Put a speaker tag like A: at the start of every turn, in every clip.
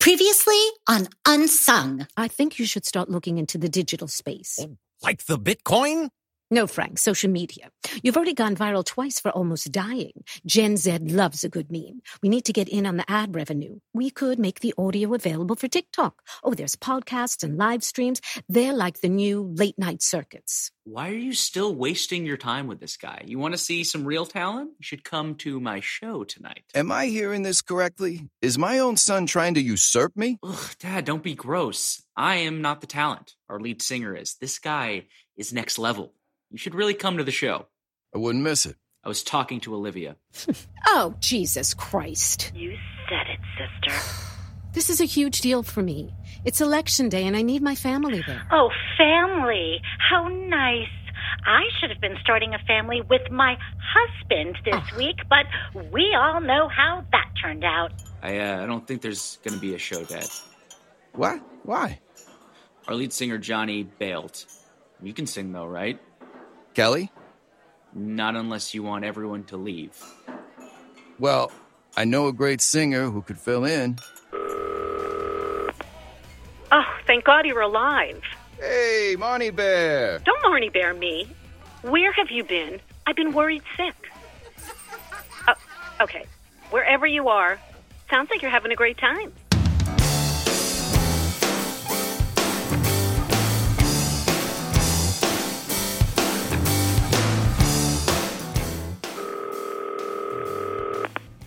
A: Previously on Unsung.
B: I think you should start looking into the digital space.
C: Like the Bitcoin?
B: No, Frank, social media. You've already gone viral twice for almost dying. Gen Z loves a good meme. We need to get in on the ad revenue. We could make the audio available for TikTok. Oh, there's podcasts and live streams. They're like the new late night circuits.
D: Why are you still wasting your time with this guy? You want to see some real talent? You should come to my show tonight.
E: Am I hearing this correctly? Is my own son trying to usurp me?
D: Ugh, Dad, don't be gross. I am not the talent. Our lead singer is. This guy is next level. You should really come to the show.
E: I wouldn't miss it.
D: I was talking to Olivia.
B: Oh, Jesus Christ.
F: You said it, sister.
B: This is a huge deal for me. It's election day and I need my family there.
F: Oh, family. How nice. I should have been starting a family with my husband this
A: Oh.
F: week, but we all know how that turned out.
D: I, uh, I don't think there's going to be a show, Dad.
E: What? Why?
D: Our lead singer, Johnny, bailed. You can sing, though, right?
E: Kelly?
D: Not unless you want everyone to leave.
E: Well, I know a great singer who could fill in.
G: Oh, thank God you're alive.
E: Hey, Marnie Bear!
G: Don't Marnie Bear me. Where have you been? I've been worried sick. Oh, okay, wherever you are, sounds like you're having a great time.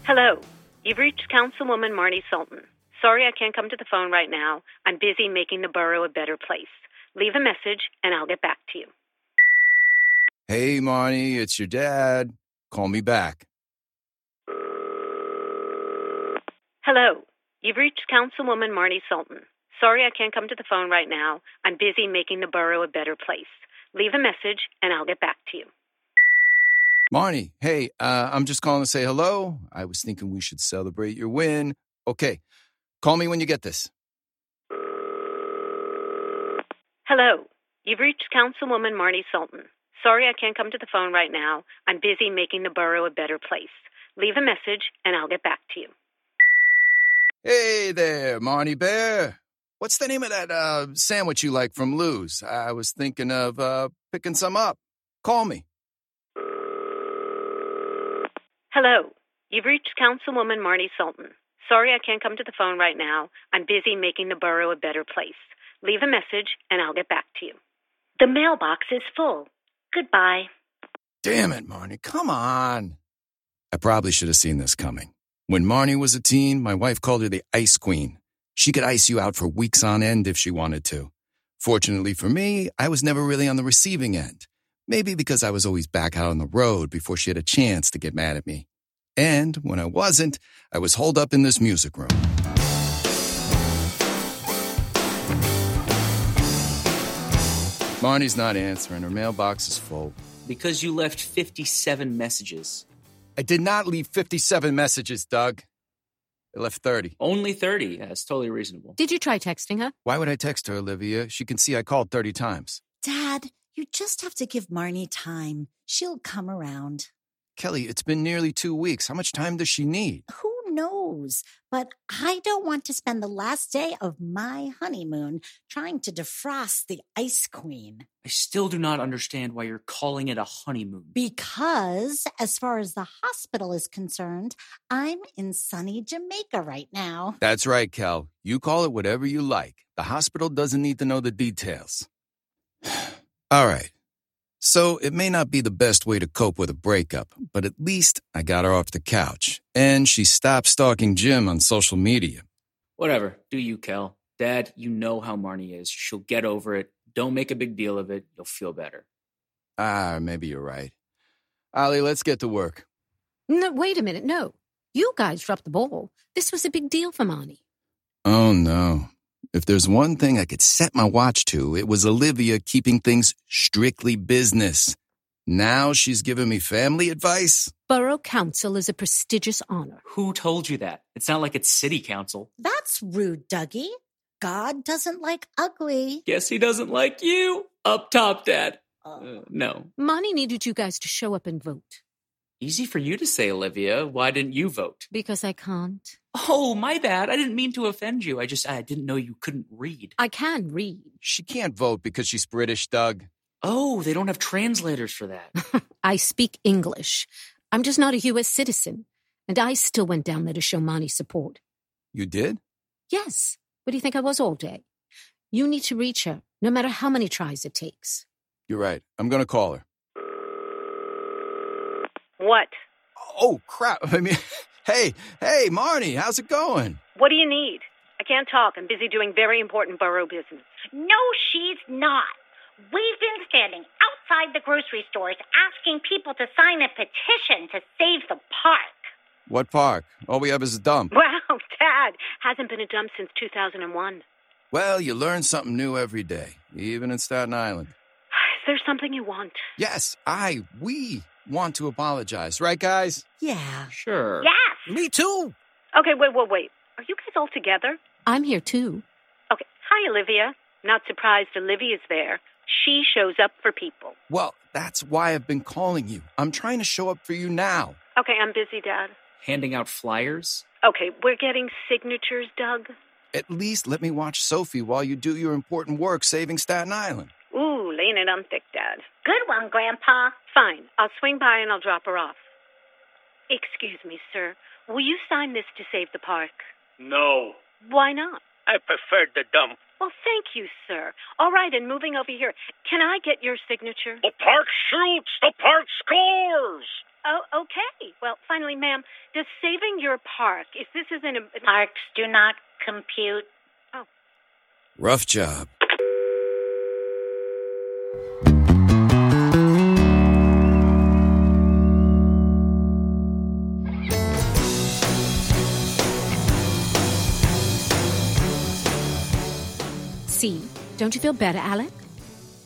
G: Hello, you've reached Councilwoman Marnie Sultan. Sorry I can't come to the phone right now. I'm busy making the borough a better place. Leave a message and I'll get back to you.
E: Hey, Marnie, it's your dad. Call me back.
G: Hello. You've reached Councilwoman Marnie Sultan. Sorry I can't come to the phone right now. I'm busy making the borough a better place. Leave a message and I'll get back to you.
E: Marnie, hey, uh, I'm just calling to say hello. I was thinking we should celebrate your win. Okay, call me when you get this.
G: Hello. You've reached Councilwoman Marnie Sultan. Sorry I can't come to the phone right now. I'm busy making the borough a better place. Leave a message and I'll get back to you.
E: Hey there, Marnie Bear. What's the name of that uh, sandwich you like from Lou's? I was thinking of uh, picking some up. Call me.
G: Hello. You've reached Councilwoman Marnie Sultan. Sorry I can't come to the phone right now. I'm busy making the borough a better place. Leave a message and I'll get back to you.
F: The mailbox is full. Goodbye.
E: Damn it, Marnie. Come on. I probably should have seen this coming. When Marnie was a teen, my wife called her the Ice Queen. She could ice you out for weeks on end if she wanted to. Fortunately for me, I was never really on the receiving end. Maybe because I was always back out on the road before she had a chance to get mad at me. And when I wasn't, I was holed up in this music room. Marnie's not answering. Her mailbox is full.
D: Because you left 57 messages.
E: I did not leave 57 messages, Doug. I left 30.
D: Only 30. Yeah, it's totally reasonable.
B: Did you try texting her?
E: Why would I text her, Olivia? She can see I called 30 times.
A: Dad, you just have to give Marnie time. She'll come around.
E: Kelly, it's been nearly two weeks. How much time does she need?
A: Who knows? But I don't want to spend the last day of my honeymoon trying to defrost the Ice Queen.
D: I still do not understand why you're calling it a honeymoon.
A: Because, as far as the hospital is concerned, I'm in sunny Jamaica right now.
E: That's right, Kel. You call it whatever you like. The hospital doesn't need to know the details. All right. So it may not be the best way to cope with a breakup, but at least I got her off the couch. And she stopped stalking Jim on social media.
D: Whatever. Do you, Kel. Dad, you know how Marnie is. She'll get over it. Don't make a big deal of it. You'll feel better.
E: Ah, maybe you're right. Ollie, let's get to work.
B: No, wait a minute. No. You guys dropped the ball. This was a big deal for Marnie.
E: Oh, no. If there's one thing I could set my watch to, it was Olivia keeping things strictly business. Now she's giving me family advice?
B: Borough Council is a prestigious honor.
D: Who told you that? It's not like it's city council.
A: That's rude, Dougie. God doesn't like ugly.
D: Guess he doesn't like you. Up top, Dad. Uh, no.
B: Marnie needed you guys to show up and vote
D: Easy for you to say, Olivia. Why didn't you vote?
B: because I can't.
D: Oh, my bad. I didn't mean to offend you. I just I didn't know you couldn't read.
G: I can read.
E: She can't vote because she's British, Doug.
D: Oh, they don't have translators for that.
G: I speak English. I'm just not a U.S. citizen. And I still went down there to show Monty support.
E: You did?
G: Yes. What do you think I was all day? You need to reach her, no matter how many tries it takes.
E: You're right. I'm going to call her.
A: What?
E: Oh, crap. I mean, hey, hey, Marnie, how's it going?
A: What do you need? I can't talk. I'm busy doing very important borough business.
F: No, she's not. We've been standing outside the grocery stores asking people to sign a petition to save the park.
E: What park? All we have is a dump.
A: Wow, Dad. Hasn't been a dump since 2001.
E: Well, you learn something new every day, even in Staten Island.
A: Is there something you want?
E: Yes, I, we want to apologize, right, guys?
H: Yeah.
D: Sure.
F: Yes,
I: Me too.
A: Okay, wait, wait, wait. Are you guys all together?
G: I'm here too.
A: Okay. Hi, Olivia. Not surprised Olivia's there. She shows up for people.
E: Well, that's why I've been calling you. I'm trying to show up for you now.
A: Okay, I'm busy, Dad.
D: Handing out flyers.
A: Okay, we're getting signatures, Doug.
E: At least let me watch Sophie while you do your important work saving Staten Island.
A: Ooh, laying it on thick, Dad.
F: good one, Grandpa.
A: Fine. I'll swing by and I'll drop her off. Excuse me, sir. Will you sign this to save the park?
J: No,
A: Why not?
J: I prefer the dump.
A: Well, thank you, sir. All right, and moving over here, can I get your signature?
J: The park shoots, the park scores!
A: Oh, okay. Well, finally, ma'am, does saving your park, if this isn't a.
F: Parks do not compute.
E: Rough job.
G: See, don't you feel better, Alec?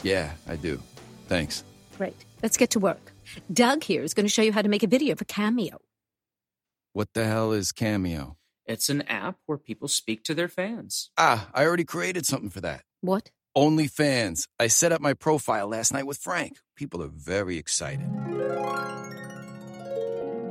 E: Yeah, I do. Thanks.
G: Great. Let's get to work. Doug here is going to show you how to make a video for Cameo.
E: What the hell is Cameo?
D: It's an app where people speak to their fans.
E: Ah, I already created something for that.
G: What?
E: OnlyFans. I set up my profile last night with Frank. People are very excited.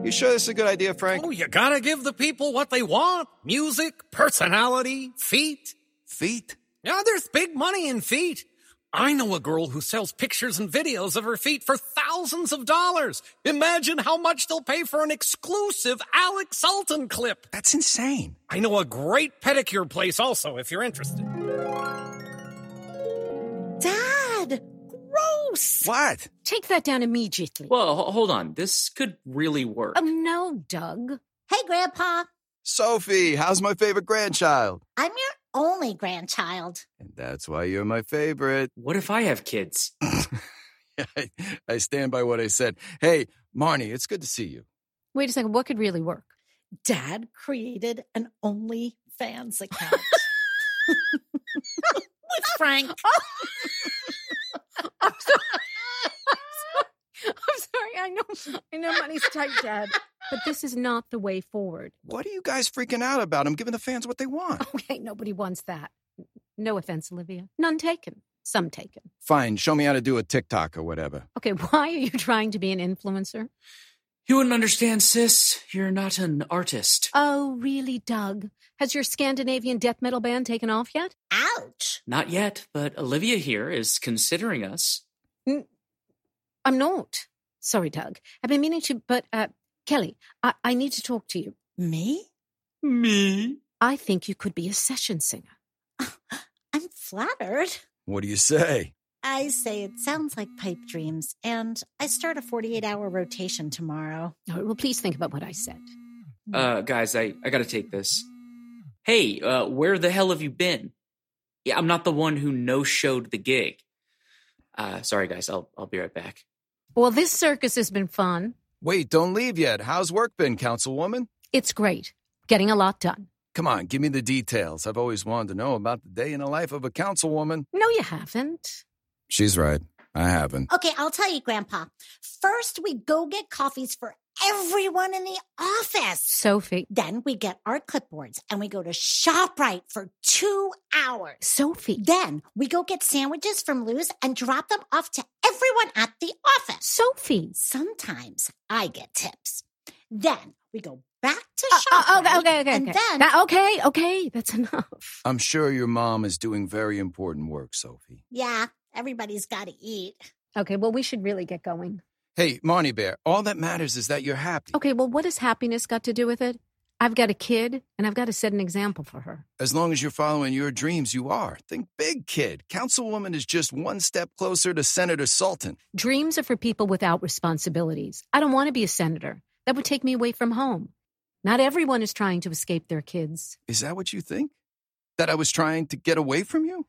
E: You sure this is a good idea, Frank?
I: Oh, you gotta give the people what they want music, personality, feet.
E: Feet?
I: Yeah, there's big money in feet. I know a girl who sells pictures and videos of her feet for thousands of dollars. Imagine how much they'll pay for an exclusive Alex Sultan clip.
E: That's insane.
I: I know a great pedicure place also if you're interested.
H: Dad, gross.
E: What?
G: Take that down immediately.
D: Well, ho- hold on. This could really work.
G: Oh, no, Doug.
H: Hey, Grandpa,
E: Sophie, how's my favorite grandchild?
H: I'm your only grandchild.
E: And that's why you're my favorite.
D: what if I have kids?
E: I, I stand by what I said. Hey, Marnie, it's good to see you.
G: Wait a second. What could really work?
H: Dad created an OnlyFans account. With Frank.
G: Oh. I'm sorry. I know. I know money's tight, Dad. But this is not the way forward.
E: What are you guys freaking out about? I'm giving the fans what they want.
G: Okay, nobody wants that. No offense, Olivia. None taken. Some taken.
E: Fine, show me how to do a TikTok or whatever.
G: Okay, why are you trying to be an influencer?
D: You wouldn't understand, sis. You're not an artist.
G: Oh, really, Doug? Has your Scandinavian death metal band taken off yet?
H: Ouch.
D: Not yet, but Olivia here is considering us.
G: I'm not. Sorry, Doug. I've been meaning to, but uh, Kelly, I-, I need to talk to you.
H: Me?
D: Me?
G: I think you could be a session singer.
H: I'm flattered.
E: What do you say?
H: I say it sounds like pipe dreams, and I start a 48 hour rotation tomorrow.
G: Oh, well, please think about what I said.
D: Uh, guys, I, I gotta take this. Hey, uh, where the hell have you been? Yeah, I'm not the one who no showed the gig. Uh, sorry, guys. I'll, I'll be right back.
G: Well, this circus has been fun.
E: Wait, don't leave yet. How's work been, Councilwoman?
G: It's great. Getting a lot done.
E: Come on, give me the details. I've always wanted to know about the day in the life of a councilwoman.
G: No, you haven't.
E: She's right. I haven't.
H: Okay, I'll tell you, Grandpa. First, we go get coffees for everyone in the office.
G: Sophie.
H: Then we get our clipboards and we go to ShopRite for two hours.
G: Sophie.
H: Then we go get sandwiches from Lou's and drop them off to everyone at the office.
G: Sophie.
H: Sometimes I get tips. Then we go back to
G: Uh,
H: ShopRite.
G: uh, okay, okay, okay.
H: And
G: okay.
H: then
G: That- okay, okay, that's enough.
E: I'm sure your mom is doing very important work, Sophie.
H: yeah, everybody's got to eat.
G: Okay, well, we should really get going.
E: Hey, Marnie Bear, all that matters is that you're happy.
G: Okay, well, what has happiness got to do with it? I've got a kid, and I've got to set an example for her.
E: As long as you're following your dreams, you are. Think big, kid. Councilwoman is just one step closer to Senator Sultan.
G: Dreams are for people without responsibilities. I don't want to be a senator. That would take me away from home. Not everyone is trying to escape their kids.
E: Is that what you think? That I was trying to get away from you?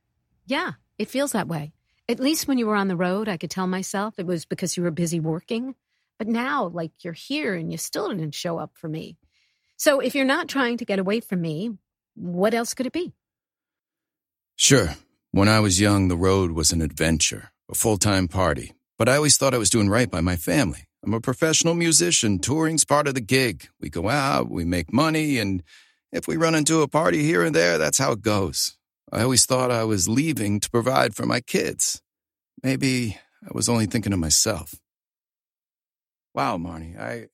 G: Yeah, it feels that way. At least when you were on the road, I could tell myself it was because you were busy working. But now, like, you're here and you still didn't show up for me. So if you're not trying to get away from me, what else could it be?
E: Sure. When I was young, the road was an adventure, a full time party. But I always thought I was doing right by my family. I'm a professional musician. Touring's part of the gig. We go out, we make money, and if we run into a party here and there, that's how it goes. I always thought I was leaving to provide for my kids. Maybe I was only thinking of myself. Wow, Marnie, I,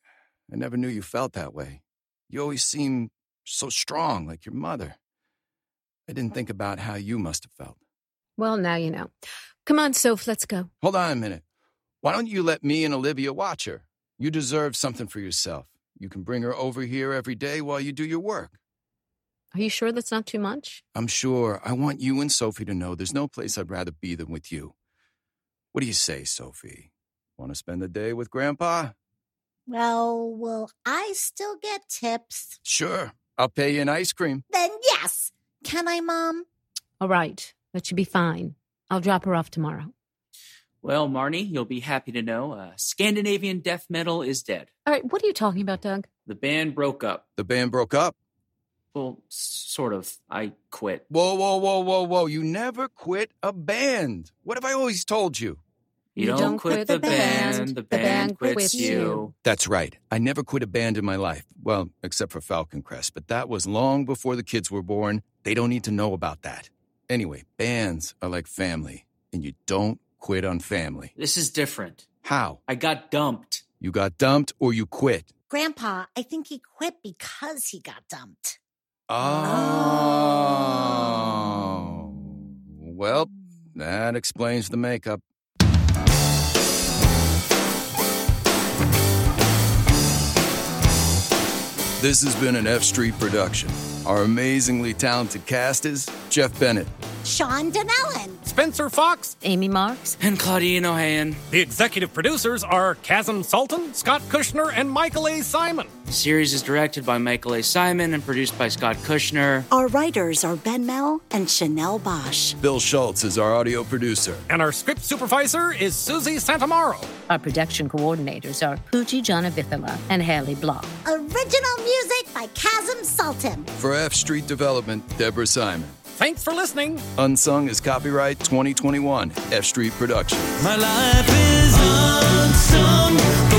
E: I never knew you felt that way. You always seem so strong, like your mother. I didn't think about how you must have felt.
G: Well, now you know. Come on, Soph, let's go.
E: Hold on a minute. Why don't you let me and Olivia watch her? You deserve something for yourself. You can bring her over here every day while you do your work.
G: Are you sure that's not too much?
E: I'm sure I want you and Sophie to know there's no place I'd rather be than with you. What do you say, Sophie? Want to spend the day with Grandpa?
H: Well, will I still get tips?
E: Sure. I'll pay you an ice cream.
H: Then yes. Can I, Mom?
G: All right, that should be fine. I'll drop her off tomorrow.
D: Well, Marnie, you'll be happy to know uh, Scandinavian death metal is dead.
G: All right, what are you talking about, Doug?
D: The band broke up.
E: The band broke up.
D: Well, s- sort of. I quit.
E: Whoa, whoa, whoa, whoa, whoa. You never quit a band. What have I always told you?
D: You, don't, quit, the, band, The band, quits, you.
E: That's right. I never quit a band in my life. Well, except for Falcon Crest, but that was long before the kids were born. They don't need to know about that. Anyway, bands are like family, and you don't quit on family.
D: This is different.
E: How?
D: I got dumped.
E: You got dumped or you quit.
H: Grandpa, I think he quit because he got dumped.
E: Oh. Well, that explains the makeup. This has been an F Street production. Our amazingly talented cast is Jeff Bennett,
H: Sean Donnellan.
I: Spencer Fox.
G: Amy Marks.
D: And Claudine O'Han.
I: The executive producers are Chasm Sultan, Scott Kushner, and Michael A. Simon.
D: The series is directed by Michael A. Simon and produced by Scott Kushner.
H: Our writers are Ben Mel and Chanel Bosch.
E: Bill Schultz is our audio producer.
I: And our script supervisor is Susie Santamaro.
G: Our production coordinators are Pooji Janavithala and Haley Block.
H: Original music by Chasm Sultan.
E: For F Street Development, Deborah Simon.
I: Thanks for listening.
E: Unsung is copyright 2021 F Street Productions.
K: My life is unsung,